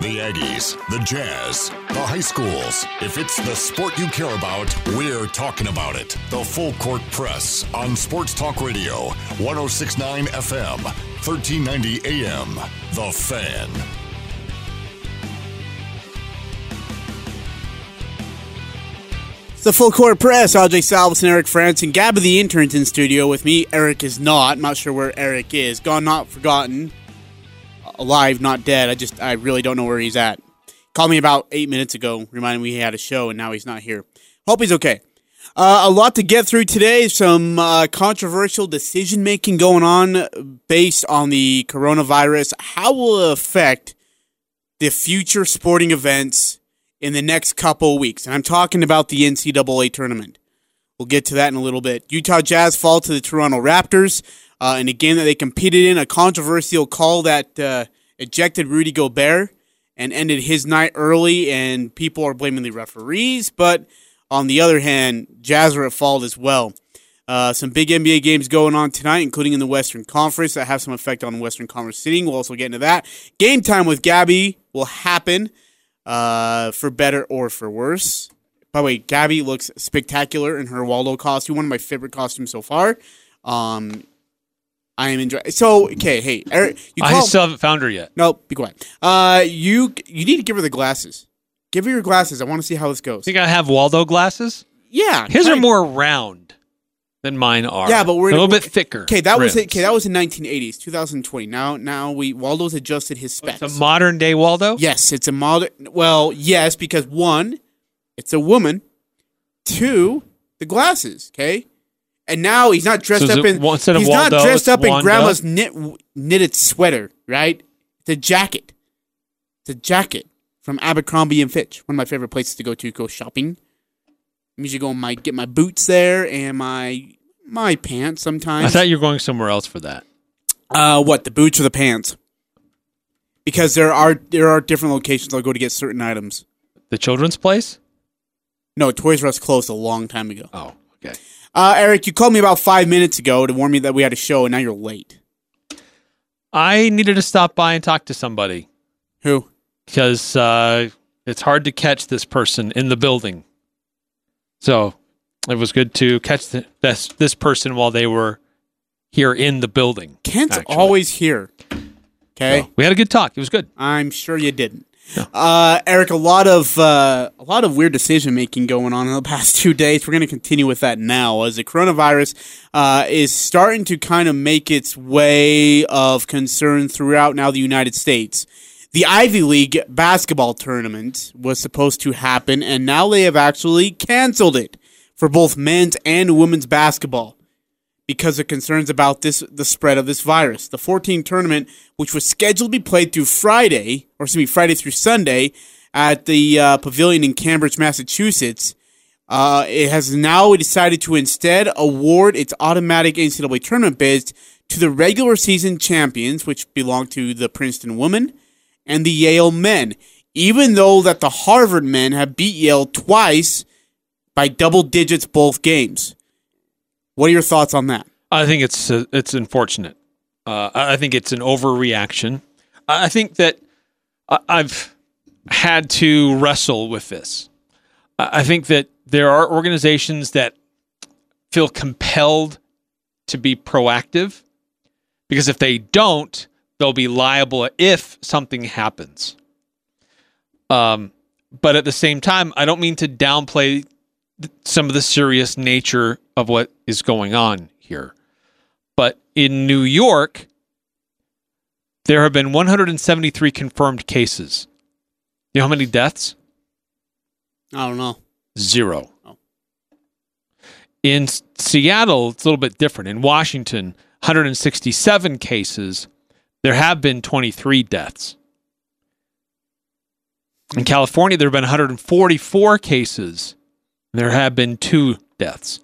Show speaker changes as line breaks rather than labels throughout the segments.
The Aggies, the Jazz, the high schools. If it's the sport you care about, we're talking about it. The Full Court Press on Sports Talk Radio, 1069 FM, 1390 AM. The Fan.
The Full Court Press, Ajay Salvis and Eric France, and Gab of the Interns in studio with me. Eric is not. I'm not sure where Eric is. Gone, not forgotten. Alive, not dead. I just, I really don't know where he's at. Called me about eight minutes ago, reminding me he had a show, and now he's not here. Hope he's okay. Uh, a lot to get through today. Some uh, controversial decision making going on based on the coronavirus. How will it affect the future sporting events in the next couple weeks? And I'm talking about the NCAA tournament. We'll get to that in a little bit. Utah Jazz fall to the Toronto Raptors uh, in a game that they competed in, a controversial call that uh, ejected Rudy Gobert and ended his night early, and people are blaming the referees. But on the other hand, Jazz are at fault as well. Uh, some big NBA games going on tonight, including in the Western Conference that have some effect on Western Conference sitting. We'll also get into that. Game time with Gabby will happen uh, for better or for worse. By the way, Gabby looks spectacular in her Waldo costume, one of my favorite costumes so far. Um, I am enjoying. So, okay, hey, Eric, you
I
call-
still haven't found her yet.
no, be quiet. Uh, you you need to give her the glasses. Give her your glasses. I want to see how this goes.
Think I have Waldo glasses?
Yeah,
His are
kinda.
more round than mine are.
Yeah, but we're
a little
we're-
bit thicker.
Okay, that was
rims.
it. Okay, that was in 1980s, 2020. Now, now we Waldo's adjusted his specs.
Oh, It's a modern day Waldo.
yes, it's a model. Well, yes, because one, it's a woman. Two, the glasses. Okay, and now he's not dressed
So is
up
it
in.
wa- instead of
he's not
Waldo,
dressed
it's
up in
Wanda?
grandma's knit knitted sweater, right? It's a jacket. It's a jacket from Abercrombie and Fitch, one of my favorite places to go to go shopping. I'm usually going my get my boots there and my my pants sometimes.
I thought you were going somewhere else for that.
Uh, what the boots or the pants? Because there are there are different locations I'll go to get certain items.
The children's place?
No, Toys R Us closed a long time ago.
Oh, okay.
Uh, Eric, you called me about five minutes ago to warn me that we had a show, and now you're late.
I needed to stop by and talk to somebody
Who?
because uh, it's hard to catch this person in the building. So it was good to catch the, this this person while they were here in the building.
Kent's
Actually.
always here. Okay,
So we had a good talk. It was good.
I'm sure you didn't. Uh, Eric, a lot of uh, a lot of weird decision making going on in the past two days. We're going to continue with that now as the coronavirus uh, is starting to kind of make its way of concern throughout now the United States. The Ivy League basketball tournament was supposed to happen, and now they have actually canceled it for both men's and women's basketball because of concerns about this the spread of this virus. The 14 tournament, which was scheduled to be played through Friday, or excuse me, Friday through Sunday, at the uh, pavilion in Cambridge, Massachusetts, uh, it has now decided to instead award its automatic NCAA tournament bids to the regular season champions, which belong to the Princeton women and the Yale men. Even though that the Harvard men have beat Yale twice by double digits both games. What are your thoughts on that?
I think it's uh, it's unfortunate. Uh, I I think it's an overreaction. I I think that I- I've had to wrestle with this. I I think that there are organizations that feel compelled to be proactive because if they don't, they'll be liable if something happens. Um, but at the same time, I don't mean to downplay th- some of the serious nature of what is going on here. But in New York, there have been 173 confirmed cases. You know how many deaths?
I don't know.
Zero.
Oh.
In S- Seattle, it's a little bit different. In Washington, 167 cases. There have been 23 deaths. In California, there have been 144 cases. There have been two deaths.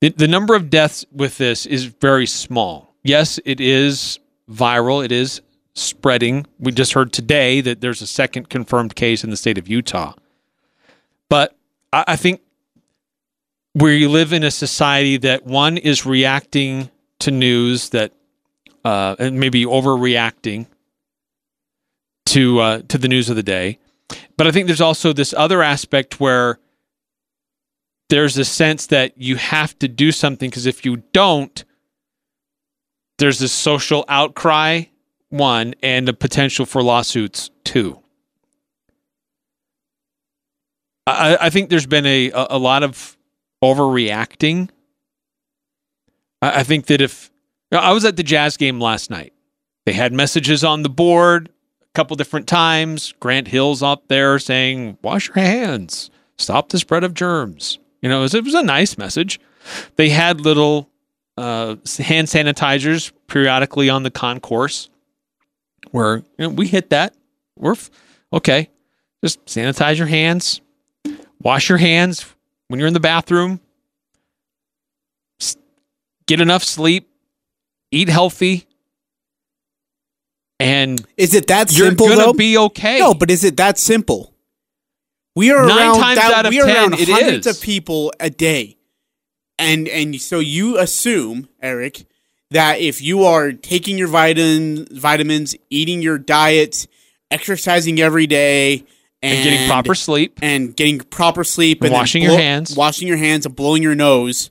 The, the number of deaths with this is very small. Yes, it is viral, it is spreading. We just heard today that there's a second confirmed case in the state of Utah. But I, I think we live in a society that one is reacting to news that, uh, and maybe overreacting to uh, to the news of the day. But I think there's also this other aspect where there's a sense that you have to do something because if you don't, there's this social outcry one and the potential for lawsuits two. I, I think there's been a, a a lot of overreacting. I, I think that if I was at the Jazz game last night, they had messages on the board a couple different times. Grant Hill's up there saying, "Wash your hands, stop the spread of germs." You know, it was, it was a nice message. They had little uh, hand sanitizers periodically on the concourse, where you know, we hit that. We're f- okay. Just sanitize your hands, wash your hands when you're in the bathroom. S- Get enough sleep, eat healthy, and
Is it that
you're
simple
gonna
though?
be okay.
No, but is it that simple? We are
Nine
around
times
thou-
out of
we are
10,
around
it
hundreds
is.
of people a day. And and so you assume, Eric, that if you are taking your vitamin, vitamins, eating your diet, exercising every day, and,
and getting proper sleep.
and getting proper sleep
And
and then
washing your hands.
washing your hands and blowing your nose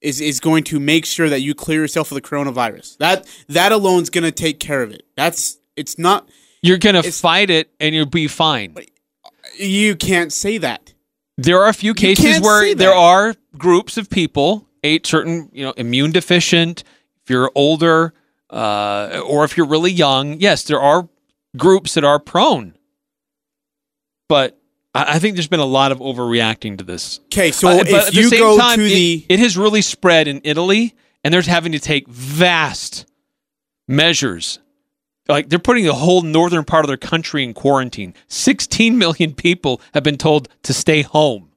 is is going to make sure that you clear yourself of the coronavirus. That that alone's going to take care of it. That's it's not
You're gonna
it's-
fight it, and you'll be fine.
you can't say that.
There are a few cases
can't say
where
that.
there are groups of people, eight certain, you know, immune deficient. If you're older, uh, or if you're really young, yes, there are groups that are prone. But I, I think there's been a lot of overreacting to this.
Okay, so
Uh, but at
if you
the same
go
time,
to
it,
the
it has really spread in Italy, and they're having to take vast measures. Like they're putting the whole northern part of their country in quarantine. 16 million people have been told to stay home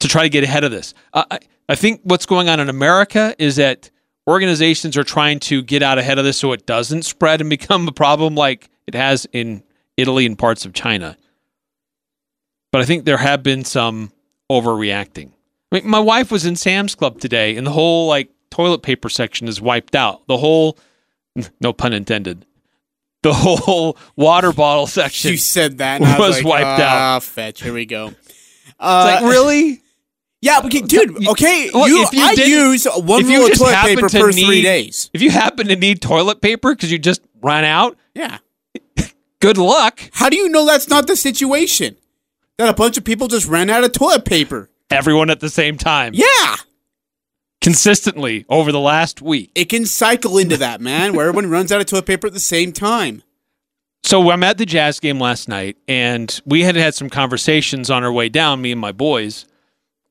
to try to get ahead of this. I I, I think what's going on in America is that organizations are trying to get out ahead of this so it doesn't spread and become a problem like it has in Italy and parts of China. But I think there have been some overreacting. I mean, my wife was in Sam's Club today, and the whole like toilet paper section is wiped out. The whole, no pun intended, the whole water bottle section.
you
It's
said that and I
was wiped out.
Ah, fetch. Here we go. Uh,
like really?
yeah, okay, dude. Okay,
Look,
you,
if you
I
didn't-
use one
if you
roll of
just
toilet
happen
paper
to
per three
need-
days.
If you happen to need toilet paper because you just ran out,
Yeah.
good luck.
How do you know that's not the situation? That a bunch of people just ran out of toilet paper.
Everyone at the same time,
Yeah,
consistently over the last week.
it can cycle into that, man, where everyone runs out of toilet paper at the same time.
So I'm at the Jazz game last night, and we had had some conversations on our way down, me and my boys,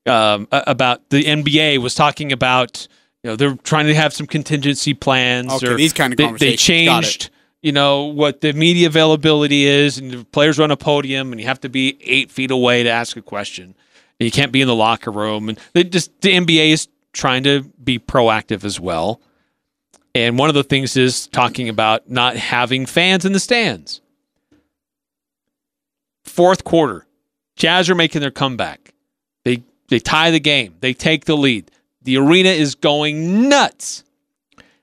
um, a- about the NBA was talking about you know they're trying to have some contingency plans.
Okay,
or
these kind of
they, they
conversations. Got it.
changed, you know, what the media availability is, and the players run a podium, and you have to be eight feet away to ask a question. And you can't be in the locker room, and they just the NBA is trying to be proactive as well. And one of the things is talking about not having fans in the stands. Fourth quarter, Jazz are making their comeback. They they tie the game. They take the lead. The arena is going nuts.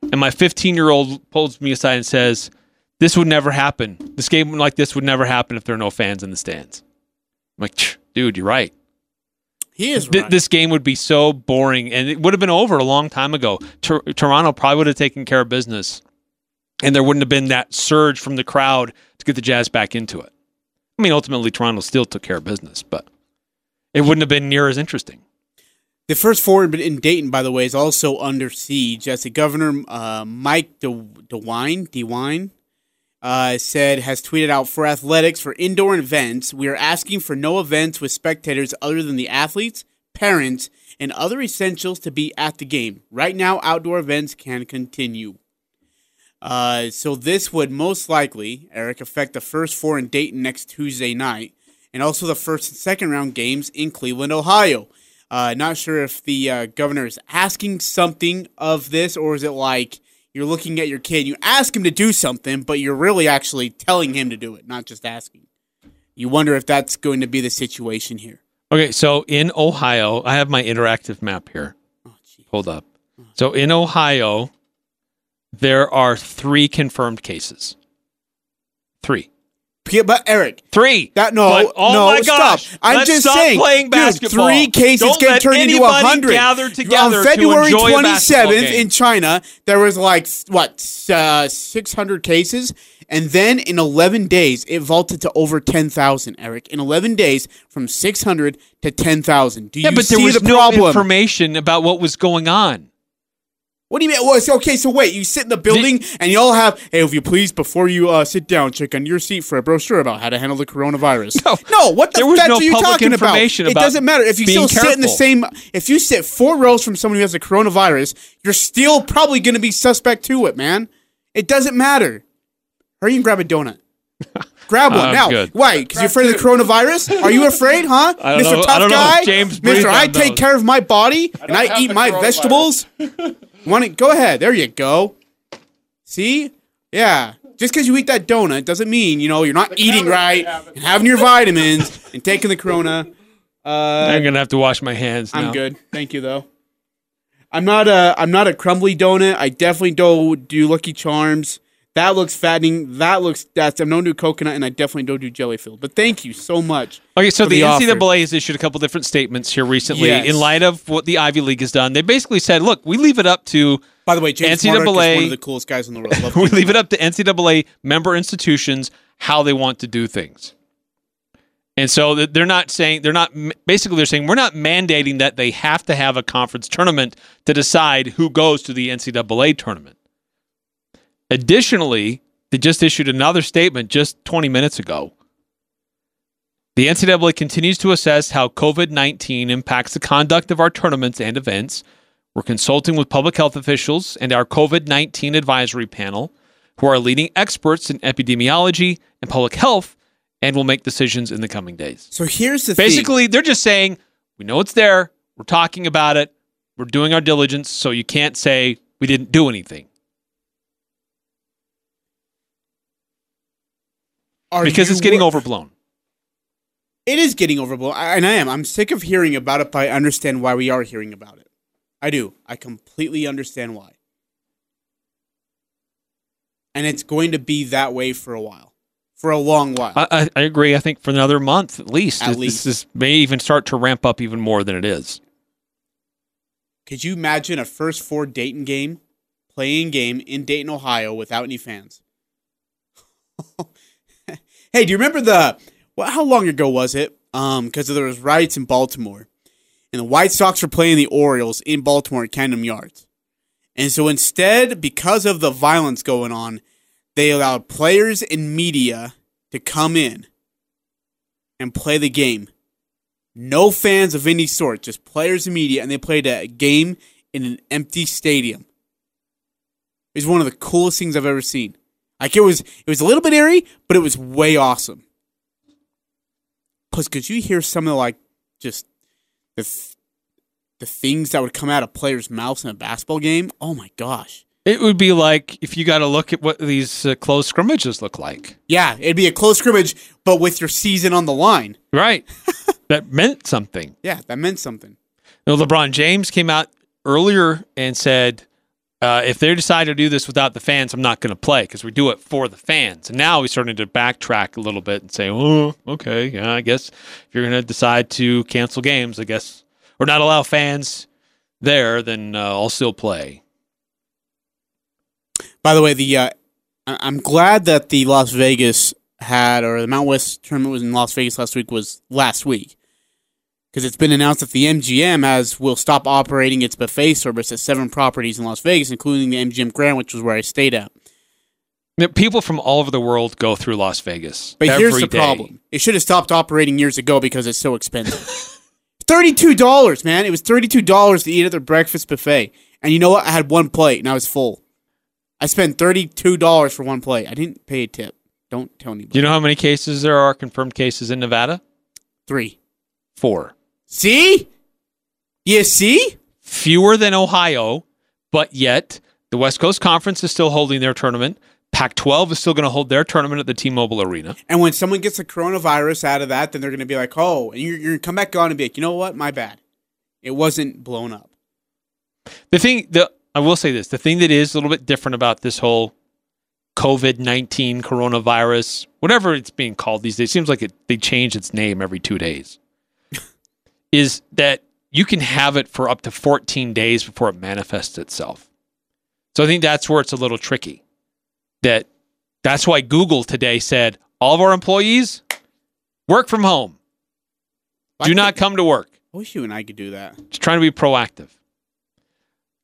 And my 15 year old pulls me aside and says, "This would never happen. This game like this would never happen if there are no fans in the stands." I'm like, "Tch, "Dude, you're right."
He is
Th-
right.
This game would be so boring, and it would have been over a long time ago. Tor- Toronto probably would have taken care of business, and there wouldn't have been that surge from the crowd to get the Jazz back into it. I mean, ultimately, Toronto still took care of business, but it wouldn't have been near as interesting.
The first forward in Dayton, by the way, is also under siege. As the governor, uh, Mike De- DeWine, DeWine uh, said, has tweeted out for athletics, for indoor events, we are asking for no events with spectators other than the athletes, parents, and other essentials to be at the game. Right now, outdoor events can continue. Uh, so this would most likely, Eric, affect the first four in Dayton next Tuesday night, and also the first and second round games in Cleveland, Ohio. Uh, not sure if the uh, governor is asking something of this, or is it like you're looking at your kid, you ask him to do something, but you're really actually telling him to do it, not just asking. You wonder if that's going to be the situation here.
Okay, so in Ohio, I have my interactive map here
Oh, gee.
pulled up. So in Ohio, there are three confirmed cases. Three.
Yeah, but Eric,
Three.
That- no,
But, oh
no,
my gosh.
stop. I'm
Let's
just
stop
saying,
Playing
dude,
basketball.
three cases
Don't
can
let
turn into
anybody
100.
Gather together
on February
to enjoy a basketball
27th
game.
in China, there was like what uh, 600 cases, and then in 11 days it vaulted to over 10,000. Eric, in 11 days from 600 to 10,000. Do
yeah,
you
but there
see
was
the
no
problem?
information about what was going on.
What do you mean? Well, it's okay. So wait, you sit in the building and you all have, hey, if you please, before you uh, sit down, check on your seat for a brochure about how to handle the coronavirus.
No.
what the
There was
fetch
no
are you
public
talking about?
information
It
about
doesn't matter if you
being
still sit in the
careful.
same. If you sit four rows from someone who has the coronavirus, you're still probably going to be suspect to it, man. It doesn't matter. Hurry and grab a donut. Grab one
I'm
now.
good.
Why? Because you're afraid of the coronavirus? Are you afraid, huh,
I don't
Mr.
know- I
Tough
don't know if
Guy?
James breathed
Mr. I
on
take
those.
care of my body and
have
I eat
the
my
coronavirus.
vegetables. Want it? Go ahead. There you go. See? Yeah. Just because you eat that donut doesn't mean you know you're not eating right
calories they have in
and having your vitamins and taking the Corona.
I'm gonna have to wash my hands.
Uh, I'm
now.
good. Thank you though. I'm not a I'm not a crumbly donut. I definitely don't do Lucky Charms. That looks fattening. That looks that's I'm don't do coconut and I definitely don't do jelly filled. But thank you so much.
Okay, so
for
the,
the offer.
NCAA has issued a couple different statements here recently
Yes.
in light of what the Ivy League has done. They basically said, "Look, we leave it up to
By the way, James NCAA, is
NCAA
one of the coolest guys in the world. I Love
we
James
leave it
Marduk.
up to NCAA member institutions how they want to do things." And so th- they're not saying they're not basically they're saying we're not mandating that they have to have a conference tournament to decide who goes to the NCAA tournament. Additionally, they just issued another statement just 20 minutes ago. The NCAA continues to assess how COVID 19 impacts the conduct of our tournaments and events. We're consulting with public health officials and our COVID 19 advisory panel, who are leading experts in epidemiology and public health, and will make decisions in the coming days.
So here's the thing.
Basically, they're just saying, we know it's there, we're talking about it, we're doing our diligence, so you can't say we didn't do anything.
Are
because
you
it's getting
wor-
overblown.
It is getting overblown, I- and I am. I'm sick of hearing about it, but I understand why we are hearing about it. I do. I completely understand why. And it's going to be that way for a while, for a long while.
I, I, I agree. I think for another month at least,
At
this,
least.
this is, may even start to ramp up even more than it is.
Could you imagine a first four Dayton game, playing game in Dayton, Ohio, without any fans? hey, do you remember the? Well, how long ago was it? Um, because there was riots in Baltimore, and the White Sox were playing the Orioles in Baltimore at Camden Yards, and so instead, because of the violence going on, they allowed players and media to come in and play the game no fans of any sort, just players and media, and they played a game in an empty stadium. It was one of the coolest things I've ever seen. Like it was, it was a little bit eerie, but it was way awesome. Plus, could you hear some of the, like just the th- the things that would come out of players' mouths in a basketball game? Oh my gosh!
It would be like if you got to look at what these uh, closed scrimmages look like.
Yeah, it'd be a close scrimmage, but with your season on the line.
Right. that meant something.
Yeah, that meant something.
You know, LeBron James came out earlier and said, uh, if they decide to do this without the fans, I'm not going to play because we do it for the fans. And now he's starting to backtrack a little bit and say, oh, okay, yeah, I guess if you're going to decide to cancel games, I guess, or not allow fans there, then uh, I'll still play.
By the way, the uh, I- I'm glad that the Las Vegas had or the Mount West tournament was in Las Vegas last week was last week because it's been announced that the MGM has will stop operating its buffet service at seven properties in Las Vegas, including the MGM Grand, which was where I stayed at.
You know, People from all over the world go through Las Vegas.
But here's
every
the
day.
problem: it should have stopped operating years ago because it's so expensive. thirty-two dollars, man! It was thirty-two dollars to eat at their breakfast buffet, and you know what? I had one plate and I was full. I spent thirty-two dollars for one plate. I didn't pay a tip. Don't tell anybody.
Do you know how many cases there are confirmed cases in Nevada?
Three.
Four.
See? You see?
Fewer than Ohio, but yet the West Coast Conference is still holding their tournament. Pac 12 is still going to hold their tournament at the T Mobile Arena.
And when someone gets the coronavirus out of that, then they're going to be like, oh, and you're, you're going to come back on and be like, you know what? My bad. It wasn't blown up.
The thing, the, I will say this the thing that is a little bit different about this whole COVID 19 coronavirus, whatever it's being called these days, it seems like it, they change its name every two days, is that you can have it for up to 14 days before it manifests itself. So I think that's where it's a little tricky. That that's why Google today said all of our employees work from home.
Why
Do
can't-
not come to work.
I wish you and I could do that.
Just trying to be proactive.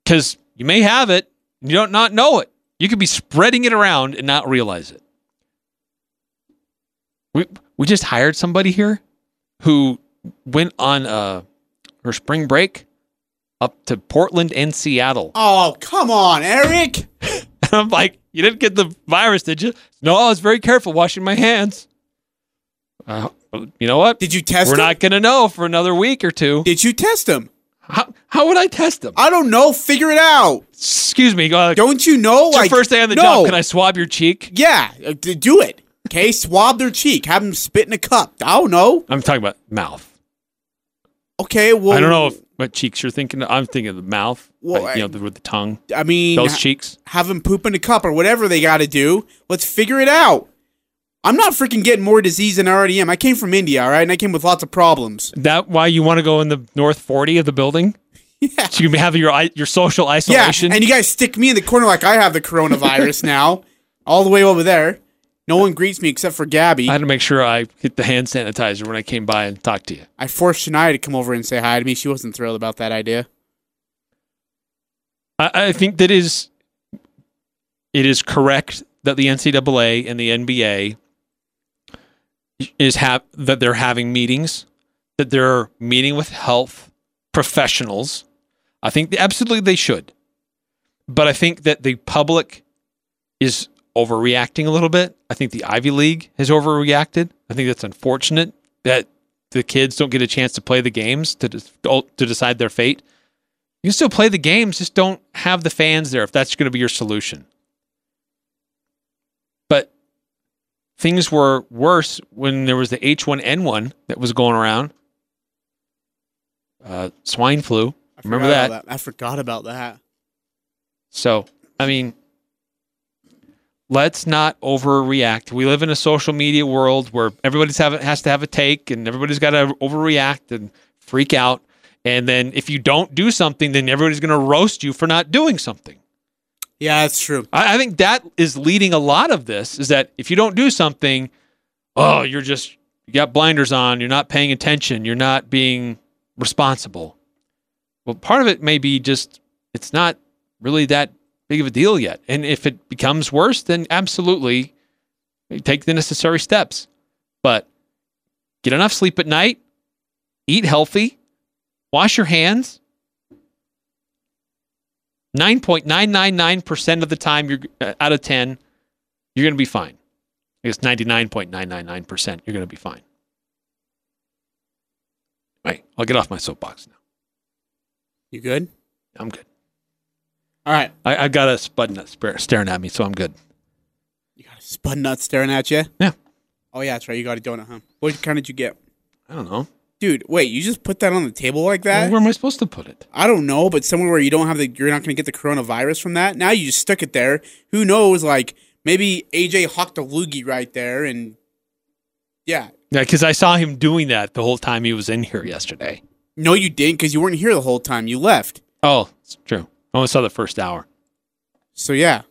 Because you may have it, you don't not know it. You could be spreading it around and not realize it. We we just hired somebody here who went on uh her spring break up to Portland and Seattle.
Oh, come on, Eric.
And I'm like, you didn't get the virus, did you? No, I was very careful washing my hands. Uh, you know what?
Did you test
We're
him?
not going to know for another week or two.
Did you test him?
How, how would I test them?
I don't know. Figure it out.
Excuse me. Uh,
Don't you know?
it's your
like,
first day on the
no.
job. Can I swab your cheek?
Yeah, uh, d- do it. Okay, swab their cheek. Have them spit in a cup. I don't know.
I'm talking about mouth.
Okay, well,
I don't know if, what cheeks you're thinking. of. I'm thinking of the mouth.
Well,
like, you
I-
know, the, with the tongue.
I mean,
Those
ha-
cheeks.
have them poop in a cup or whatever they got to do. Let's figure it out. I'm not freaking getting more disease than I already am. I came from India, all right, and I came with lots of problems.
That why you want to go in the north 40 of the building? Yeah. So you can have your i- your social isolation.
Yeah, and you guys stick me in the corner like I have the coronavirus now, all the way over there. No one greets me except for Gabby.
I
I,
had to make sure I hit the hand sanitizer when I came by and talked to you.
forced Shania to come over and say hi to me. She wasn't thrilled about that idea.
I, I think that is it is correct that the NCAA and the NBA is have that they're having meetings, that they're meeting with health professionals. I think absolutely they should, but I think that the public is overreacting a little bit. I think the Ivy League has overreacted. I think that's unfortunate that the kids don't get a chance to play the games to de- to decide their fate. You can still play the games, just don't have the fans there if that's going to be your solution. But things were worse when there was the H1N1 that was going around. Uh, swine flu.
I
Remember
forgot
that.
about I forgot about that.
So, I mean, let's not overreact. We live in a social media world where everybody's have, has to have a take and everybody's got to overreact and freak out. And then if you don't do something, then everybody's going to roast you for not doing something.
Yeah, that's true.
I, I think that is leading a lot of this is that if you don't do something, oh, you're just, you got blinders on, you're not paying attention, you're not being responsible. Well, part of it may be just, it's not really that big of a deal yet. And if it becomes worse, then absolutely take the necessary steps. But get enough sleep at night, eat healthy, wash your hands, 9.999% of the time you're uh, out of 10 you're going to be fine I guess 99.999% you're going to be fine all right i'll get off my soapbox now
You good?
i'm good
All right.
I, i've got a spud nut spar- staring at me so i'm good
You got a spud nut staring at you?
Yeah.
Oh, yeah, that's right. You got a donut, huh? What kind did you get?
i don't know
Dude, wait, you just put that on the table like that?
where am i supposed to put it
I don't know, but somewhere where you don't have the, you're not going to get the coronavirus from that. Now you just stuck it there. Who knows? Like, maybe AJ hawked a loogie right there and, yeah.
yeah because i saw him doing that the whole time he was in here yesterday
No, you didn't because you weren't here the whole time. You left.
oh it's true i only saw the first hour
So, yeah.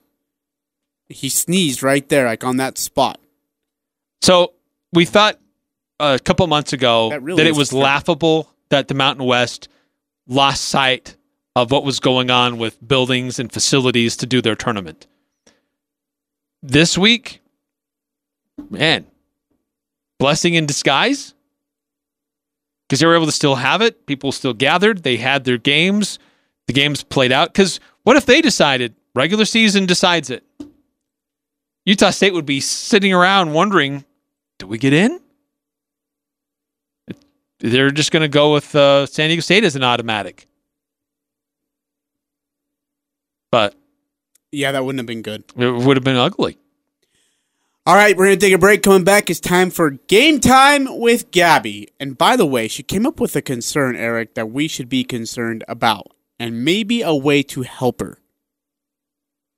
He sneezed right there, like on that spot.
So we thought a couple months ago
That
that,
really
it
is
was
terrible.
laughable that the Mountain West lost sight of what was going on with buildings and facilities to do their tournament. This week, man, blessing in disguise because they were able to still have it. People still gathered. They had their games. The games played out. Because what if they decided regular season decides it? Utah State would be sitting around wondering, do we get in? They're just going to go with uh, San Diego State as an automatic. But
Yeah, that wouldn't have been good.
it would have been ugly.
All right, we're going to take a break. Coming back, it's time for game time with Gabby. And by the way, she came up with a concern, Eric, that we should be concerned about, and maybe a way to help her.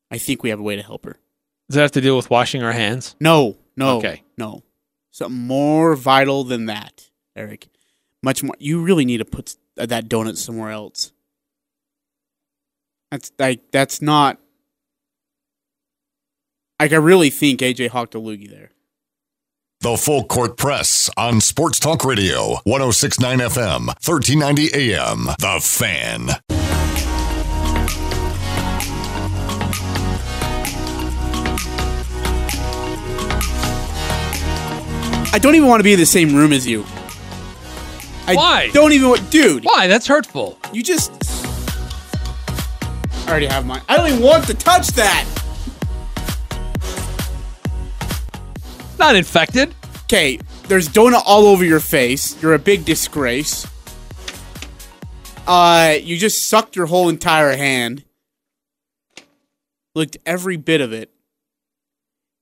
I think we have a way to help her.
Does that have to deal with washing our hands?
No, No.
Okay.
No. Something more vital than that, Eric. Much more. You really need to put s- uh, that donut somewhere else. That's like that's not. Like I really think AJ hawked a loogie there.
The Full Court Press on Sports Talk Radio, 1069 FM, 1390 AM. The Fan.
I don't even want to be in the same room as you. I
Why?
Don't even want, dude.
Why? That's hurtful.
You just. I already have mine. I don't even want to touch that.
It's not infected.
Okay, there's donut all over your face. You're a big disgrace. Uh, you just sucked your whole entire hand. Looked every bit of it.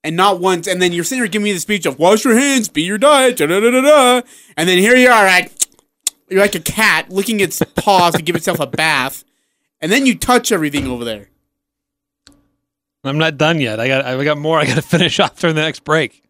And not once, and then you're sitting here giving me the speech of wash your hands, be your diet, da da da da da. And then here you are, like, you're like a cat licking its paws to give itself a bath. And then you touch everything over there.
I'm not done yet. I got I got more I got to finish off during the next break.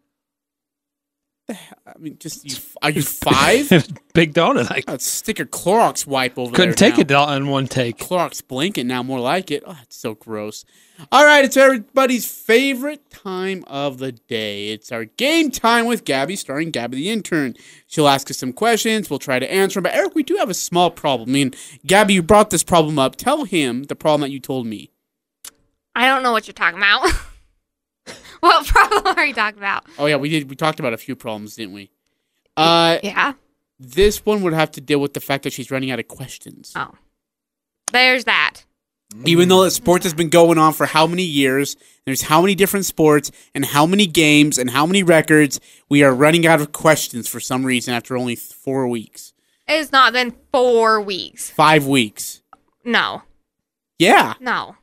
I mean, just, you, are you five?
Big donut. I
Oh, stick a Clorox wipe over
couldn't
there.
take
now.
it all in one take.
Clorox blanket now, more like it. Oh, it's so gross. All right, it's everybody's favorite time of the day. It's our game time with Gabby, starring Gabby the intern. She'll ask us some questions. We'll try to answer them. But Eric, we do have a small problem. I mean, Gabby, you brought this problem up. Tell him the problem that you told me.
I don't know what you're talking about. what problem are you talking about?
Oh yeah, we did. We talked about a few problems, didn't we? Uh,
Yeah.
this one would have to deal with the fact that she's running out of questions.
Oh. There's that.
even though that sports has been going on for how many years there's how many different sports and how many games and how many records we are running out of questions for some reason after only th- four weeks
It's not been four weeks.
five weeks
No.
yeah
No.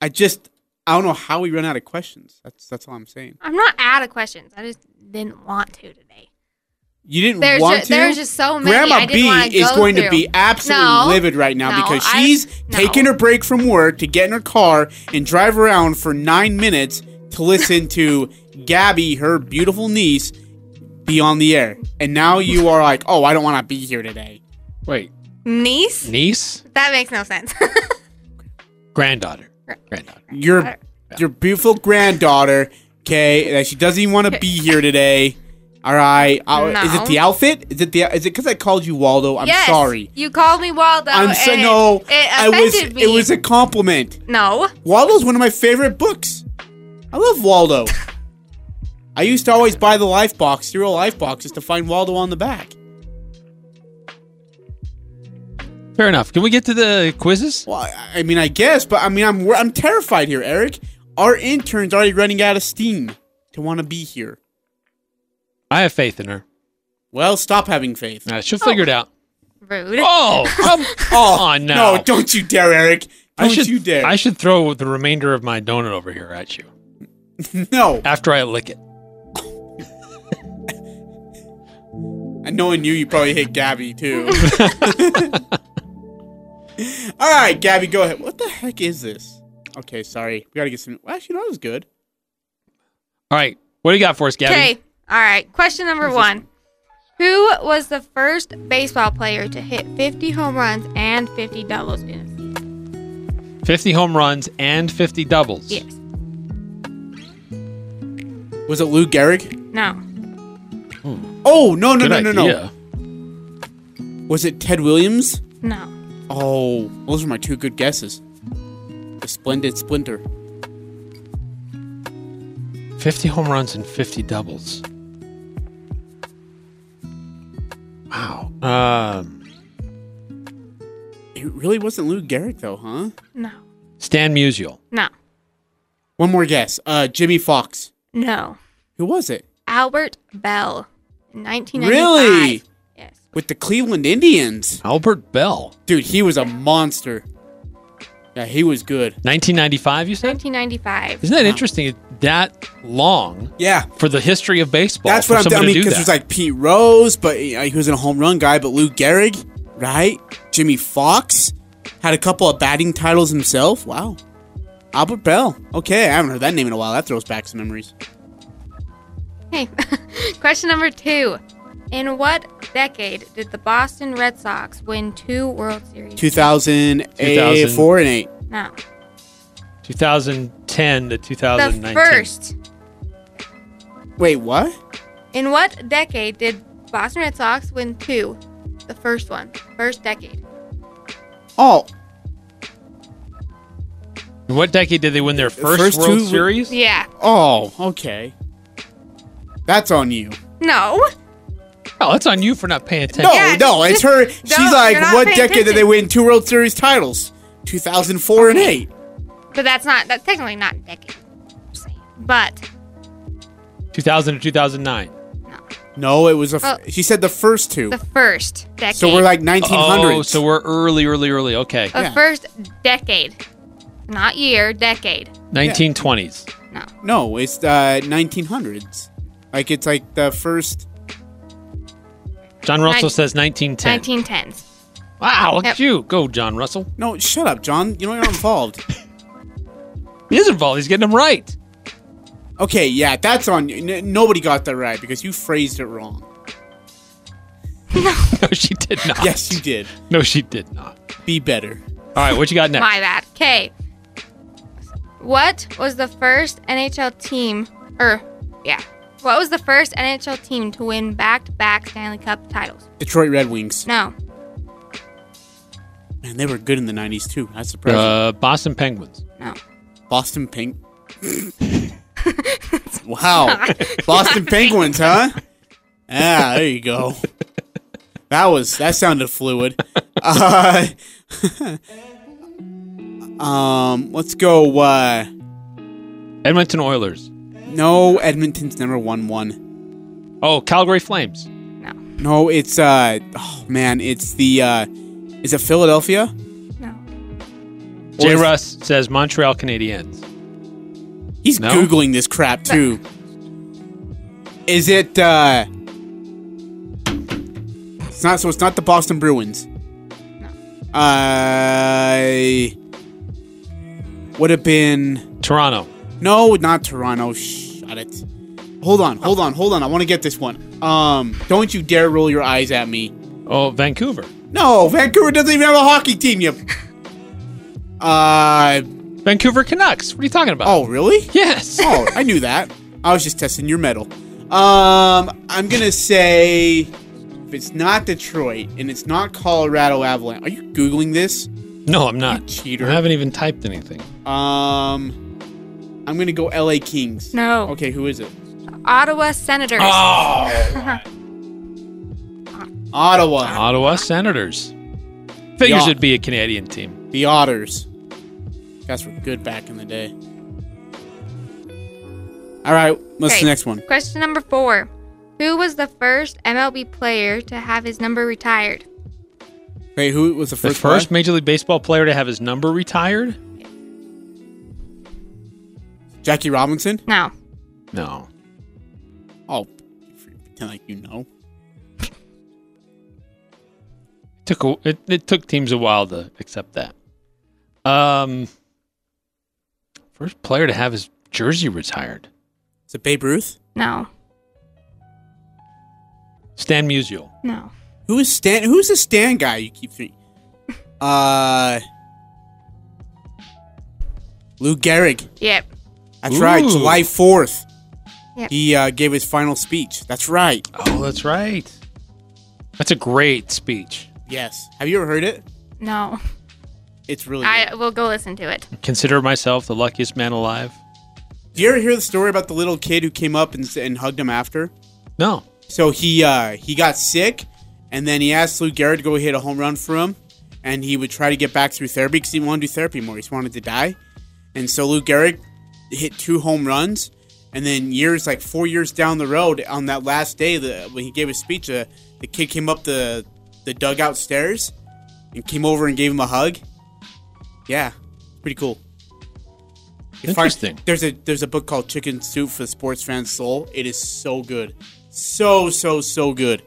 i just i don't know how we run out of questions that's that's all i'm saying
I'm not out of questions. I just didn't want to today.
you didn't
There's
want
just,
to
there's just so many. Oh, I
grandma
didn't
b
wanna
is
go
going to
through.
be absolutely
No.
livid right now
No,
because
I-
she's
no.
taking her break from work to get in her car and drive around for nine minutes to listen to Gabby, her beautiful niece, be on the air. And now you are like, oh, I don't want to be here today.
Wait,
niece.
niece,
That makes no sense.
granddaughter, granddaughter.
Your your beautiful granddaughter, okay, that she doesn't even want to be here today. All right, Uh, is it
No.
the outfit? Is it the? Is it because I called you Waldo? I'm
yes,
sorry.
You called me Waldo.
I'm
and
so
it-
no.
It offended
I was.
me.
It was a compliment.
no.
Waldo's one of my favorite books. I love Waldo. I used to always buy the life box, cereal life boxes, to find Waldo on the back.
Fair enough. Can we get to the quizzes?
Well, I- I mean, I guess, but I mean, I'm wor- I'm terrified here, Eric. Our intern's already running out of steam to want to be here.
I have faith in her.
Well, stop having faith.
Uh, she'll figure it out.
Rude.
Oh, come on now.
Oh, No, don't you dare, Eric.
I
Don't
should,
you dare.
I should throw the remainder of my donut over here at you
no.
after I lick it.
And knowing you, you probably hit Gabby too. All right, Gabby, go ahead. What the heck is this? Okay, sorry. We gotta get some. Well, actually, no, that was good.
All right. What do you got for us, Gabby?
Okay. All right. Question number one. Who was the first baseball player to hit 50 home runs and 50 doubles in a season?
50 home runs and 50 doubles.
Yes.
Was it Lou Gehrig?
No.
Oh no no
Good
no no
idea.
no. Was it Ted Williams?
No.
Oh, those are my two good guesses. The splendid splinter.
50 home runs and 50 doubles. Wow. Um,
It really wasn't Lou Gehrig though, huh?
No.
Stan Musial.
No.
One more guess. Uh, Jimmy Fox.
No.
Who was it?
Albert Bell. 1995.
Really?
Yes.
With the Cleveland Indians.
Albert Bell.
Dude, he was a monster. Yeah, he was good.
1995, you said?
1995.
Isn't that interesting? That long
Yeah.
for the history of baseball.
That's
for
what I'm. I
somebody
mean,
to do
because
that.
there's like Pete Rose, but uh, he was in a home run guy. But Lou Gehrig, right? Jimmy Fox had a couple of batting titles himself. Wow. Albert Bell. Okay, I haven't heard that name in a while. That throws back some memories.
Hey, question number two. In what decade did the Boston Red Sox win two World Series?
2008,
2000.
4 and 8.
No.
2010 to
The
2019.
first.
Wait, what?
In what decade did Boston Red Sox win two? The first one. First decade.
Oh,
In what decade did they win their first,
first
World
two-
Series?
Yeah.
oh, okay. That's on you.
No.
Oh, that's on you for not paying attention.
No,
Yeah,
no, it's
just-
her.
just-
She's
don't-
like,
you're not
what
paying
decade did they
attention."
win two World Series titles? 2004 and 8.
But that's not, that's technically not a decade. Just saying. But,
2000 to 2009.
no.
No, it was a. F-
Oh.
She said the first two.
The first decade.
so we're like 1900s.
Oh, so we're early, early, early. Okay,
The
yeah.
first decade. Not year, decade.
1920s.
No.
no, it's uh, 1900s. Like it's like the first.
John Russell
Nin-
says 1910.
1910s.
Wow, look
Yep.
at you, go, John Russell.
No, shut up, John. You know you're not involved.
He is involved. He's getting them right.
Okay, yeah, that's on you. N- nobody got that right because you phrased it wrong.
No, she did not.
Yes, you did.
No, she did not.
Be better.
All right, what you got next? Uh,
My bad. Okay. What was the first NHL team, or yeah, what was the first NHL team to win back-to-back Stanley Cup titles?
Detroit Red Wings.
No,
Man, they were good in the 90s too. That's surprising.
Uh, Boston Penguins.
no.
Boston Pink. wow. Boston Penguins, huh? Yeah, there you go. That was that sounded fluid. Uh, um, let's go. Uh,
Edmonton Oilers.
no, Edmonton's never won one.
Oh, Calgary Flames.
No, it's uh, oh man, it's the uh, is it Philadelphia?
No.
J.
is-
Russ says Montreal Canadiens.
He's
No?
googling this crap too. Is it? uh It's not. So it's not the Boston Bruins. I would have been
Toronto.
no, not Toronto. Shut it. Hold on, hold on, hold on. I want to get this one. Um, don't you dare roll your eyes at me.
Oh, Vancouver.
No, Vancouver doesn't even have a hockey team. You. Uh
Vancouver Canucks. What are you talking about?
oh, really?
yes.
Oh, I knew that. I was just testing your metal. Um, I'm gonna say if it's not Detroit and it's not Colorado Avalanche. Are you googling this?
No, I'm not.
You cheater.
I haven't even typed anything.
Um, I'm gonna go L.A. Kings.
No.
Okay, who is it?
Ottawa Senators.
Oh.
Ottawa,
Ottawa Senators. Figures
Yeah.
it'd be a Canadian team.
the Otters. Guys were good back in the day. All right, what's
Okay.
the next one?
Question number four: Who was the first MLB player to have his number retired?
Wait, who was the
The
first?
first,
one?
Major League Baseball player to have his number retired?
Jackie Robinson.
No.
No.
Oh, pretend like you know.
Took a, it, it took teams a while to accept that. Um, first player to have his jersey retired.
Is it Babe Ruth?
No.
Stan Musial.
No.
Who is Stan? Who's the Stan guy you keep thinking? Uh, Lou Gehrig.
Yep.
That's right.
Ooh.
July fourth,
Yep.
he uh, gave his final speech. That's right.
Oh, that's right. That's a great speech.
Yes. Have you ever heard it?
No.
It's really.
I
good.
will go listen to it.
Consider myself the luckiest man alive.
Do you ever hear the story about the little kid who came up and, s- and hugged him after?
No.
So he uh, he got sick, and then he asked Lou Gehrig to go hit a home run for him, and he would try to get back through therapy because he didn't want to do therapy more. He just wanted to die, and so Lou Gehrig hit two home runs, and then years like four years down the road, on that last day the, when he gave his speech, uh, the kid came up the the dugout stairs and came over and gave him a hug. Yeah, pretty cool. You find-
Interesting.
there's a there's a book called Chicken Soup for the Sports Fan Soul. It is so good, so so so good.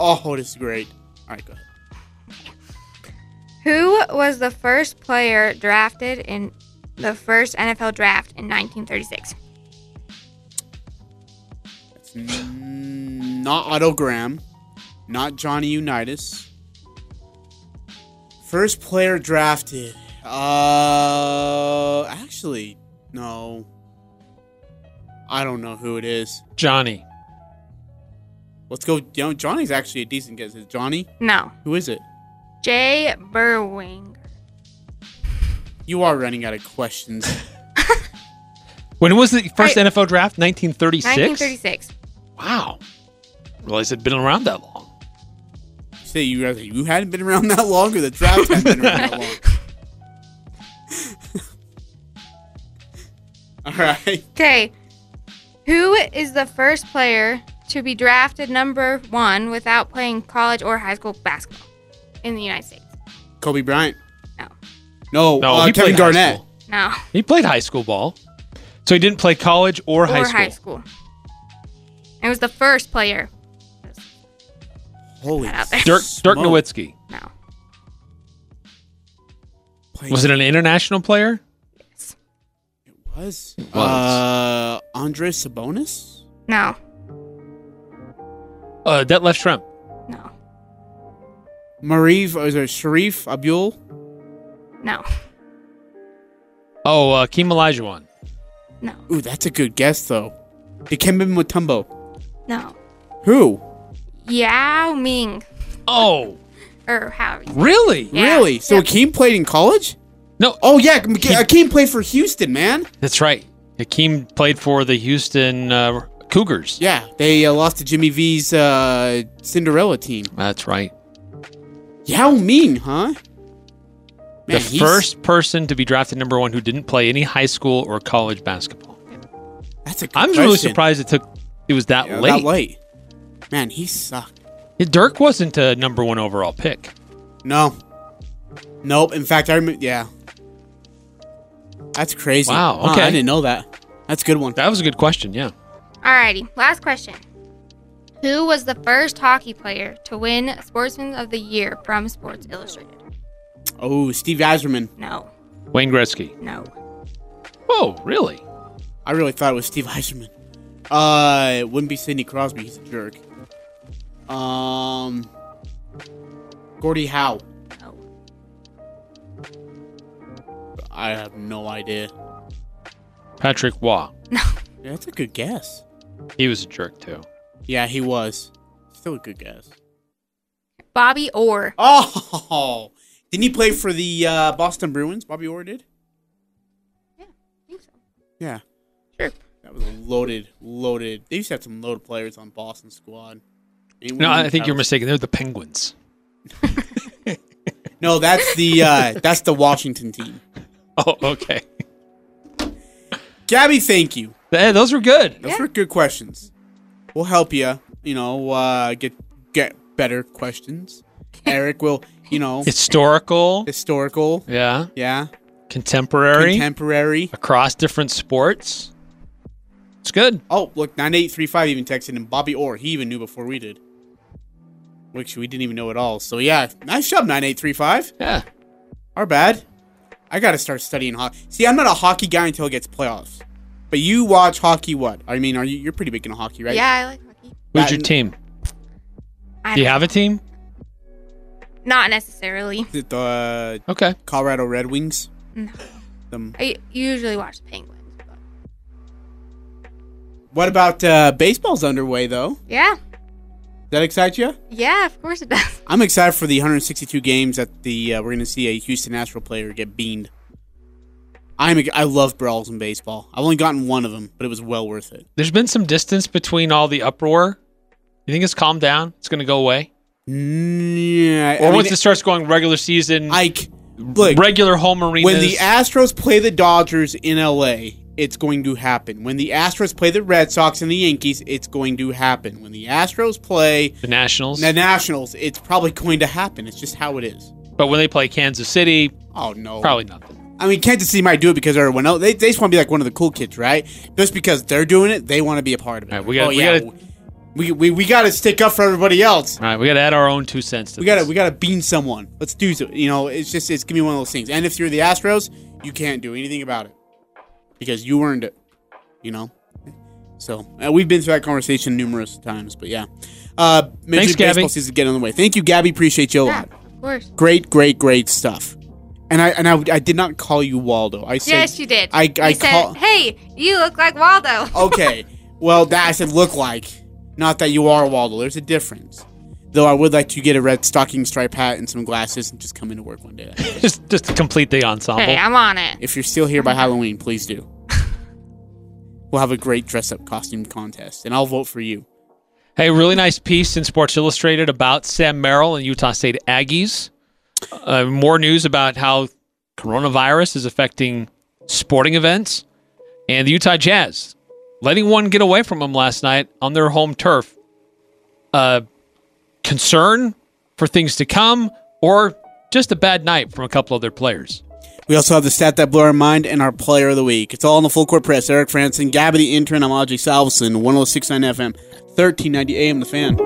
Oh, it is great. All right, go ahead.
Who was the first player drafted in the first NFL draft in 1936?
Mm, Not Otto Graham. Not Johnny Unitas. First player drafted. Uh, actually, no. I don't know who it is.
Johnny.
Let's go. You know, Johnny's actually a decent guess. Is it Johnny?
No.
Who is it?
Jay Berwing.
You are running out of questions.
When was the first
Right.
NFL draft? 1936?
1936.
Wow. Realize it'd been around that long.
Say you rather you hadn't been around that long, or the draft hadn't been around that long. All right.
Okay. Who is the first player to be drafted number one without playing college or high school basketball in the United States?
Kobe Bryant.
No.
No,
No,
uh,
he
Kevin
played high
Garnett.
school.
No.
He played high school ball. So he didn't play college or, high,
or
school.
high school. It was the first player.
Holy
Out there.
Dirk, Dirk
smoke.
Nowitzki.
No.
Played-
Was it an international player?
It was.
was.
Uh, Andres Sabonis.
No.
Uh, Detlef Shrimp.
No.
Marif, or is it Sharif Abdul?
No.
Oh, uh, Keem Olajuwon.
No.
Ooh, that's a good guess though. Dikembe Mutombo.
No.
Who?
Yao Ming.
Oh,
Or however. you-
really?
Yeah.
Really? So
Yep.
Akeem played in college?
No.
Oh yeah, Akeem played for Houston, man.
That's right. Hakeem played for the Houston uh, Cougars.
Yeah, they uh, lost to Jimmy V's uh, Cinderella team.
That's right.
Yao Ming, huh?
The
Man, he's-
first person to be drafted number one who didn't play any high school or college basketball.
That's a good
I'm really
question.
surprised it took. It was that
Yeah,
late.
That late. Man, he sucked.
Dirk wasn't a number one overall pick.
No. Nope. In fact, I remember. Yeah. That's crazy.
Wow,
Huh, I
okay.
didn't know that. That's a good one.
That was a good question. Yeah.
Alrighty. Last question. Who was the first hockey player to win Sportsman of the Year from Sports Illustrated?
Oh, Steve Eiserman.
No.
Wayne Gretzky.
No.
Oh, really?
I really thought it was Steve Eiserman. Uh, it wouldn't be Sidney Crosby. He's a jerk. Um, Gordie Howe.
No.
I have no idea.
Patrick Waugh.
Yeah, that's a good guess.
He was a jerk too.
Yeah, he was. Still a good guess.
Bobby Orr.
Oh, didn't he play for the uh, Boston Bruins? Bobby Orr did.
I think so.
Yeah.
Sure.
That was a loaded, loaded. They used to have some loaded players on Boston squad. Anyone
No, I
who
think you're
was-
mistaken. They're the Penguins.
No, that's the uh, that's the Washington team.
Oh, okay.
Gabby, thank you.
Hey, those were good.
Those
Yeah.
were good questions. We'll help you. You know, uh, get get better questions. Eric will. You know,
Historical.
historical.
Yeah.
Yeah,
Contemporary.
contemporary.
across different sports. It's good.
Oh, look, 9835 even texted him. Bobby Orr, he even knew before we did. Which we didn't even know at all. So, yeah, nice job, 9835.
Yeah.
Our bad. I got to start studying hockey. See, I'm not a hockey guy until it gets playoffs. But you watch hockey what? I mean, are you, you're pretty big into hockey, right?
Yeah, I like hockey.
Who's
That-
your team?
I
Do you
don't-
have a team?
Not necessarily.
Is it the uh,
Okay.
Colorado Red Wings?
No.
Them.
I usually watch the Penguins. But
What about uh, baseball's underway, though?
yeah.
Does that excite you?
Yeah, of course it does.
I'm excited for the 162 games that the uh, we're going to see a Houston Astro player get beaned. I'm a, I love brawls in baseball. I've only gotten one of them, but it was well worth it.
There's been some distance between all the uproar. You think it's calmed down? It's going to go away?
Mm, yeah, I
Or
mean,
once it starts going regular season,
Ike, look,
regular home arenas.
when the Astros play the Dodgers in LA, it's going to happen. When the Astros play the Red Sox and the Yankees, it's going to happen. When the Astros play
the Nationals.
the Nationals, it's probably going to happen. It's just how it is.
but when they play Kansas City,
Oh no!
probably nothing.
I mean, Kansas City might do it because everyone else. They, they just want to be like one of the cool kids, right? Just because they're doing it, they want to be a part of it. Oh,
All right, we gotta- we gotta-
we, we, we gotta stick up for everybody else.
All right, we got to add our own two cents to
We
this.
gotta we gotta bean someone. Let's do so. You know, it's just it's gonna be one of those things. And if you're the Astros, you can't do anything about it. because you earned it, you know? So uh, we've been through that conversation numerous times, but yeah. Uh, Major
Thanks,
League Baseball
Gabby.
season getting on the way. Thank you, Gabby. Appreciate you a
Yeah,
lot.
of course.
Great, great, great stuff. And I and I, I did not call you Waldo. I said
yes, you did.
I, I
You said,
call.
"Hey, you look like Waldo."
okay. Well, that I said look like, not that you are Waldo. There's a difference. Though I would like to get a red stocking stripe hat and some glasses and just come into work one day.
Just just to complete the ensemble.
Hey, I'm on it.
If you're still here by Halloween, please do. we'll have a great dress up costume contest, and I'll vote for you.
Hey, really nice piece in Sports Illustrated about Sam Merrill and Utah State Aggies. Uh, more news about how coronavirus is affecting sporting events and the Utah Jazz letting one get away from them last night on their home turf. Uh, concern for things to come or just a bad night from a couple of their players.
We also have the stat that blew our mind and our player of the week. It's all in the full court press. Eric Franson, Gabby the intern, I'm Audrey Salveson, 1069 FM, 1390 AM, the fan.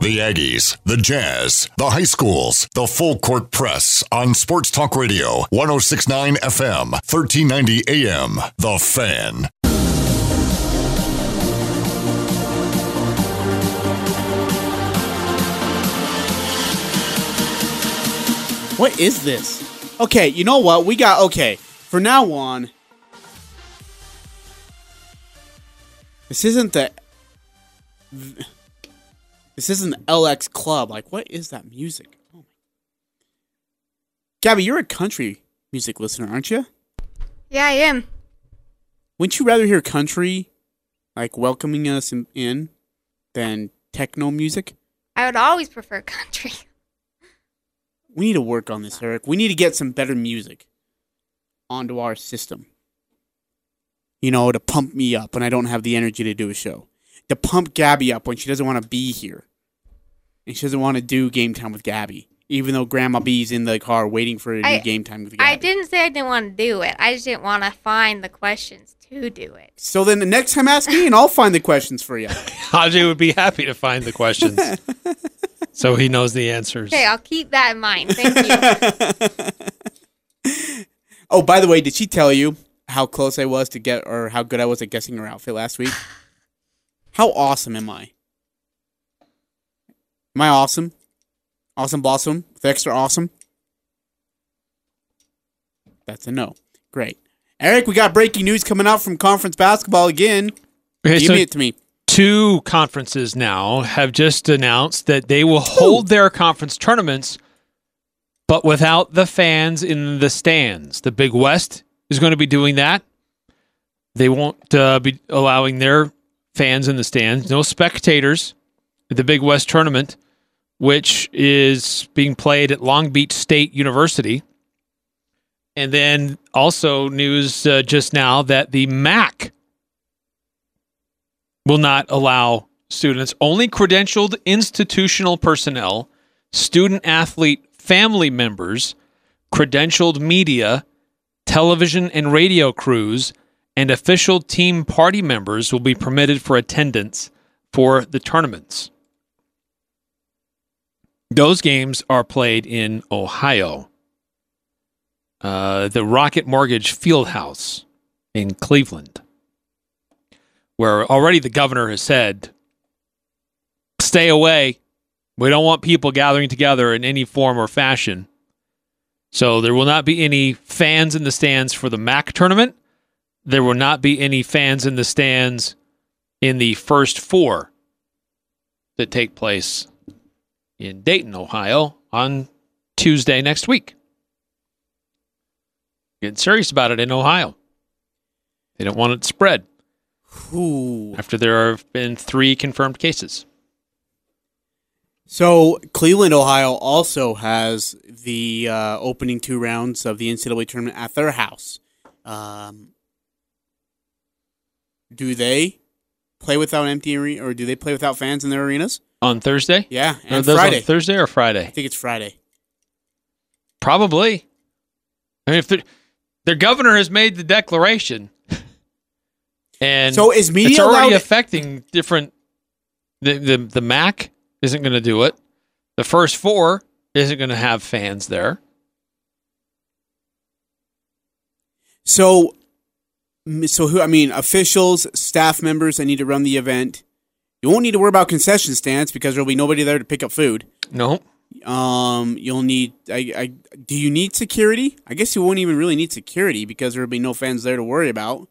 The Aggies, the Jazz, the high schools, the full court press on Sports Talk Radio, 1069 FM, 1390 AM. The Fan.
What is this? Okay, you know what? We got okay. For now on, this isn't the this isn't the LX Club. Like, what is that music? Oh my. Gabby, you're a country music listener, aren't you?
Yeah, I am.
Wouldn't you rather hear country, like welcoming us in, in than techno music?
I would always prefer country.
We need to work on this, Eric. We need to get some better music onto our system. You know, to pump me up when I don't have the energy to do a show. To pump Gabby up when she doesn't want to be here. And she doesn't want to do game time with Gabby. Even though Grandma B's in the car waiting for her to
I-
do game time with Gabby.
I didn't say I didn't want to do it. I just didn't want to find the questions to do it.
So then the next time ask me and I'll find the questions for you.
Ajay would be happy to find the questions. so he knows the answers.
Okay, I'll keep that in mind. Thank you.
Oh, by the way, did she tell you how close I was to get or how good I was at guessing her outfit last week? How awesome am I? Am I awesome? Awesome Blossom with extra awesome? That's a no. Great. Eric, we got breaking news coming out from conference basketball again.
Okay,
Give
so-
it to me.
two conferences now have just announced that they will hold their conference tournaments, but without the fans in the stands. The Big West is going to be doing that. They won't uh, be allowing their fans in the stands, no spectators at the Big West tournament, which is being played at Long Beach State University. And then also news uh, just now that the MAC will not allow students, only credentialed institutional personnel, student athlete family members, credentialed media, television and radio crews, and official team party members will be permitted for attendance for the tournaments. Those games are played in Ohio. Uh, the Rocket Mortgage Fieldhouse in Cleveland where already the governor has said, stay away. We don't want people gathering together in any form or fashion. So there will not be any fans in the stands for the MAC tournament. There will not be any fans in the stands in the first four that take place in Dayton, Ohio on Tuesday next week. Getting serious about it in Ohio. They don't want it to spread
Ooh.
after there have been three confirmed cases.
So Cleveland, Ohio, also has the uh, opening two rounds of the NCAA tournament at their house. Um, do they play without empty arena, or do they play without fans in their arenas?
On Thursday?
Yeah,
Are
and
those on
Friday.
Thursday or
I
Friday?
think it's Friday.
Probably. I mean, if they're- their governor has made the declaration, and
So is media
it's already
allowed-
affecting different. The, the the MAC isn't going to do it. The first four isn't going to have fans there.
So, m- so who? I mean, officials, staff members that need to run the event. You won't need to worry about concession stands because there'll be nobody there to pick up food.
No.
Um, you'll need. I, I do you need security? I guess you won't even really need security because there'll be no fans there to worry about.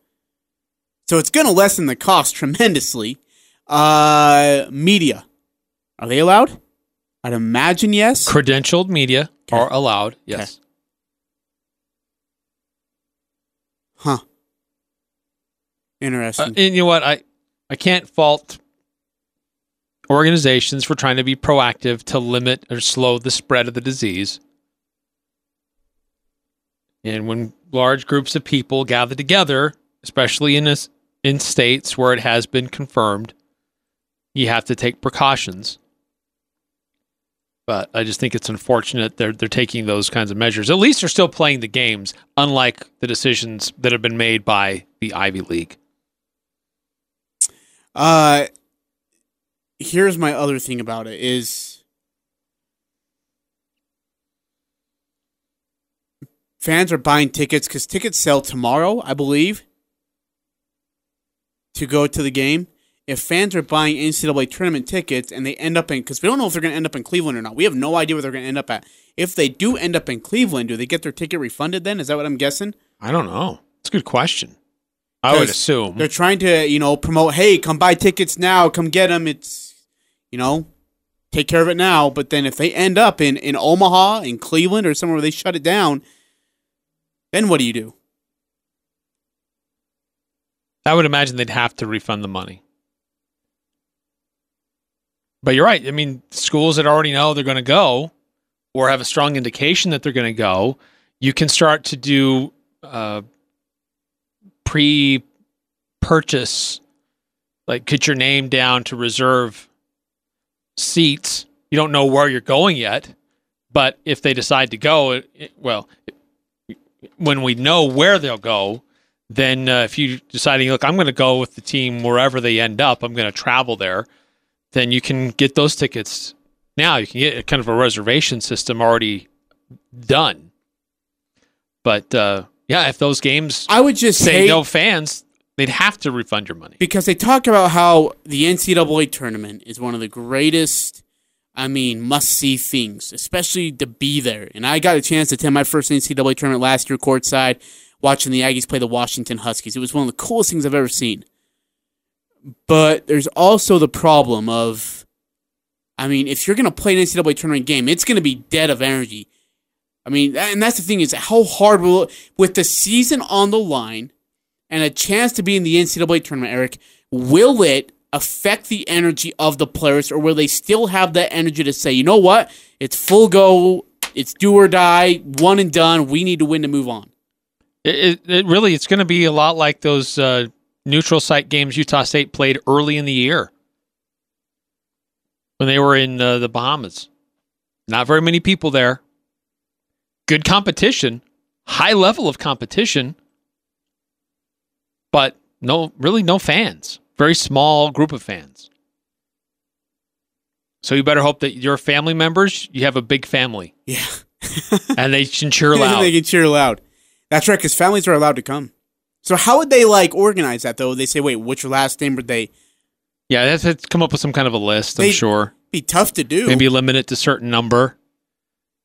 So it's going to lessen the cost tremendously. Uh, media, are they allowed? I'd imagine yes.
Credentialed media are allowed. Yes.
Huh.
Uh,
Interesting.
and you know what? I I can't fault organizations for trying to be proactive to limit or slow the spread of the disease. And when large groups of people gather together, especially in this, in states where it has been confirmed, you have to take precautions. But I just think it's unfortunate they're they're taking those kinds of measures. At least they're still playing the games, unlike the decisions that have been made by the Ivy League.
Uh, here's my other thing about it is fans are buying tickets because tickets sell tomorrow, I believe, to go to the game. If fans are buying NCAA tournament tickets and they end up in, because we don't know if they're going to end up in Cleveland or not, we have no idea where they're going to end up at. If they do end up in Cleveland, do they get their ticket refunded? Then is that what I'm guessing?
I don't know. It's a good question. I would
'Cause
assume.
they're trying to, you know, promote. Hey, come buy tickets now. Come get them. It's, you know, take care of it now. But then if they end up in in Omaha, in Cleveland, or somewhere where they shut it down, then what do you do?
I would imagine they'd have to refund the money. But you're right. I mean, schools that already know they're going to go or have a strong indication that they're going to go, you can start to do uh, pre purchase, like get your name down to reserve seats. You don't know where you're going yet, but if they decide to go, it, it- well, it- when we know where they'll go, then uh, if you deciding look i'm going to go with the team wherever they end up i'm going to travel there then you can get those tickets now you can get a kind of a reservation system already done but uh, yeah if those games
I would just
say
hate-
no fans they'd have to refund your money
because they talk about how the NCAA tournament is one of the greatest, I mean, must see things, especially to be there. And I got a chance to attend my first NCAA tournament last year courtside, watching the Aggies play the Washington Huskies. It was one of the coolest things I've ever seen. But there's also the problem of, I mean, if you're going to play an NCAA tournament game, it's going to be dead of energy. I mean, that- and that's the thing is how hard will with the season on the line and a chance to be in the NCAA tournament, Eric, will it affect the energy of the players or will they still have that energy to say, you know what? It's full go, it's do or die, one and done, we need to win to move on.
It, it, it really, it's going to be a lot like those uh, neutral site games Utah State played early in the year when they were in uh, the Bahamas. Not very many people there. Good competition, high level of competition, but no, really no fans. Very small group of fans. So you better hope that your family members, you have a big family,
Yeah.
and they can cheer loud.
they can cheer loud. That's right, because families are allowed to come. So how would they like organize that though? They say, wait, what's your last name? Would they
Yeah, that's, that's come up with some kind of a list. I'm
They-
sure.
be tough to do?
Maybe limit it to a certain number.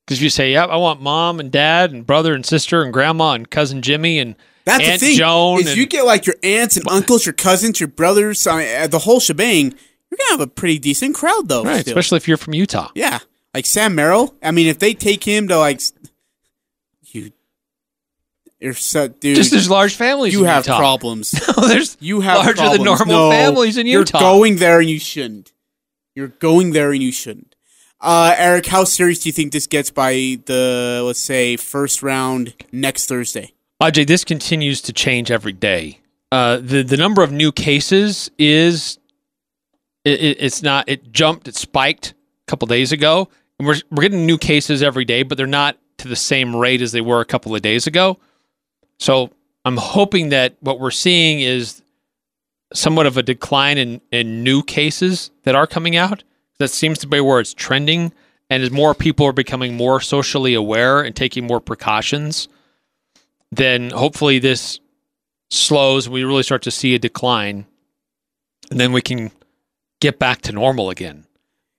Because if you say, "Yep, I want mom and dad and brother and sister and grandma and cousin Jimmy and
That's
Aunt
the thing.
Joan,"
is
and,
you get like your aunts and uncles, your cousins, your brothers, I mean, uh, the whole shebang. You're gonna have a pretty decent crowd though.
right,
Oh, still.
especially if you're from Utah.
Yeah, like Sam Merrill. I mean, if they take him to like s- you, you're so dude.
Just there's large families.
you
in
have
Utah.
problems.
there's
You have
larger than
problems. No,
normal families in Utah.
You're going there and you shouldn't. You're going there and you shouldn't. Uh, Eric, how serious do you think this gets by the let's say first round next Thursday?
Ajay, this continues to change every day. Uh, the the number of new cases is it, it, it's not it jumped it spiked a couple days ago, and we're we're getting new cases every day, but they're not to the same rate as they were a couple of days ago. So I'm hoping that what we're seeing is somewhat of a decline in in new cases that are coming out. That seems to be where it's trending, and as more people are becoming more socially aware and taking more precautions then hopefully this slows and we really start to see a decline, and then we can get back to normal again.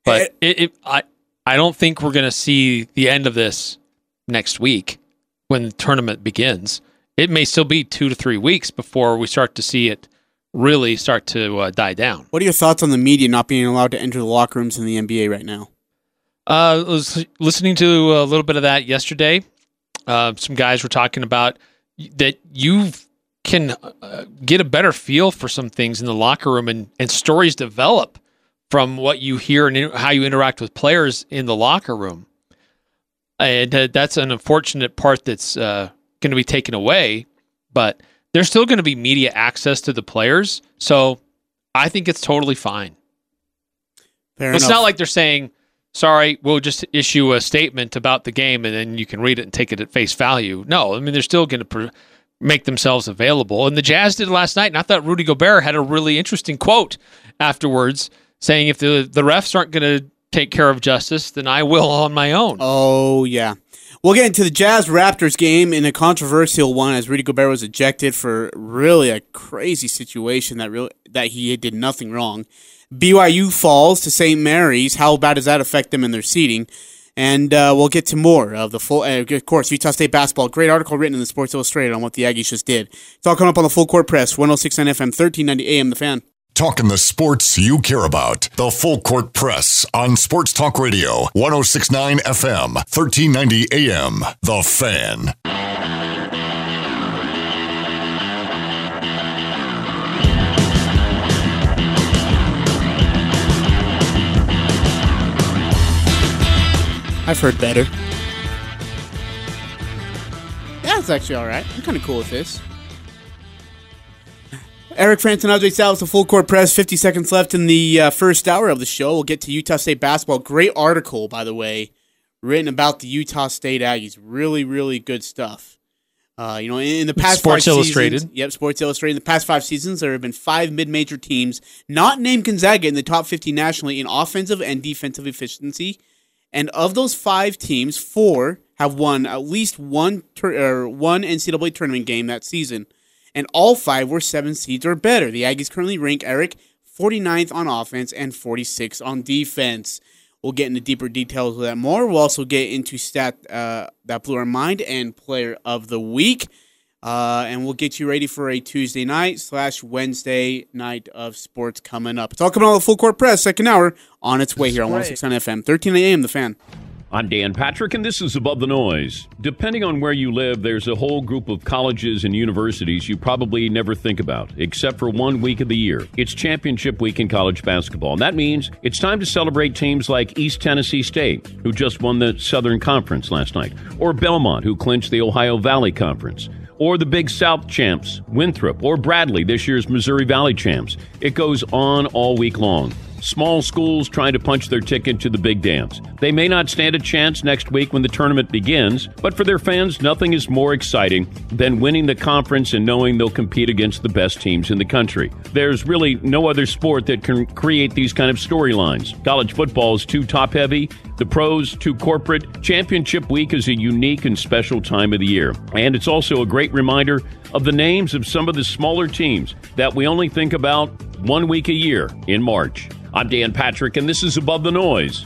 But it, it, I, I don't think we're going to see the end of this next week when the tournament begins. It may still be two to three weeks before we start to see it really start to uh, die down.
What are your thoughts on the media not being allowed to enter the locker rooms in the NBA right now?
Uh, I was listening to a little bit of that yesterday. Uh, some guys were talking about that you can uh, get a better feel for some things in the locker room, and, and stories develop from what you hear and how you interact with players in the locker room. And uh, that's an unfortunate part that's uh, going to be taken away, but there's still going to be media access to the players. So I think it's totally fine.
Fair
It's
enough.
not like they're saying, sorry, we'll just issue a statement about the game and then you can read it and take it at face value. No, I mean, they're still going to pr make themselves available. And the Jazz did last night. And I thought Rudy Gobert had a really interesting quote afterwards saying, if the, the refs aren't going to take care of justice, then I will on my own.
Oh yeah. We'll get into the Jazz Raptors game in a controversial one as Rudy Gobert was ejected for really a crazy situation that really that he did nothing wrong. BYU falls to St. Mary's. How bad does that affect them in their seating? And uh, we'll get to more of the full. Uh, of course, Utah State basketball. Great article written in the Sports Illustrated on what the Aggies just did. It's all coming up on the Full Court Press, 106.9 FM, 1390 AM. The Fan.
Talking the sports you care about. The Full Court Press on Sports Talk Radio, 1069 FM, 1390 AM. The Fan.
I've heard better. Yeah, it's actually all right. I'm kind of cool with this. Eric France and Andre Salas, the full court press. 50 seconds left in the uh, first hour of the show. We'll get to Utah State basketball. Great article, by the way, written about the Utah State Aggies. Really, really good stuff. Uh, you know, in, in the past
Sports
five
Illustrated.
seasons- yep, Sports Illustrated. In the past five seasons, there have been five mid-major teams not named Gonzaga in the top 50 nationally in offensive and defensive efficiency. And of those five teams, four have won at least one tur- or one NCAA tournament game that season, and all five were seven seeds or better. The Aggies currently rank Eric 49th on offense and 46th on defense. We'll get into deeper details with that more. We'll also get into stat uh, that blew our mind and player of the week. Uh, and we'll get you ready for a Tuesday night slash Wednesday night of sports coming up. It's all coming on the full court press, second hour on its way here on 106.9 FM, 13 a.m. The fan.
I'm Dan Patrick, and this is Above the Noise. Depending on where you live, there's a whole group of colleges and universities you probably never think about, except for one week of the year. It's championship week in college basketball, and that means it's time to celebrate teams like East Tennessee State, who just won the Southern Conference last night, or Belmont, who clinched the Ohio Valley Conference or the Big South champs, Winthrop, or Bradley, this year's Missouri Valley champs. It goes on all week long. Small schools trying to punch their ticket to the big dance. They may not stand a chance next week when the tournament begins, but for their fans, nothing is more exciting than winning the conference and knowing they'll compete against the best teams in the country. There's really no other sport that can create these kind of storylines. College football is too top heavy, the pros too corporate. Championship week is a unique and special time of the year, and it's also a great reminder of the names of some of the smaller teams that we only think about one week a year in March. I'm Dan Patrick, and this is Above the Noise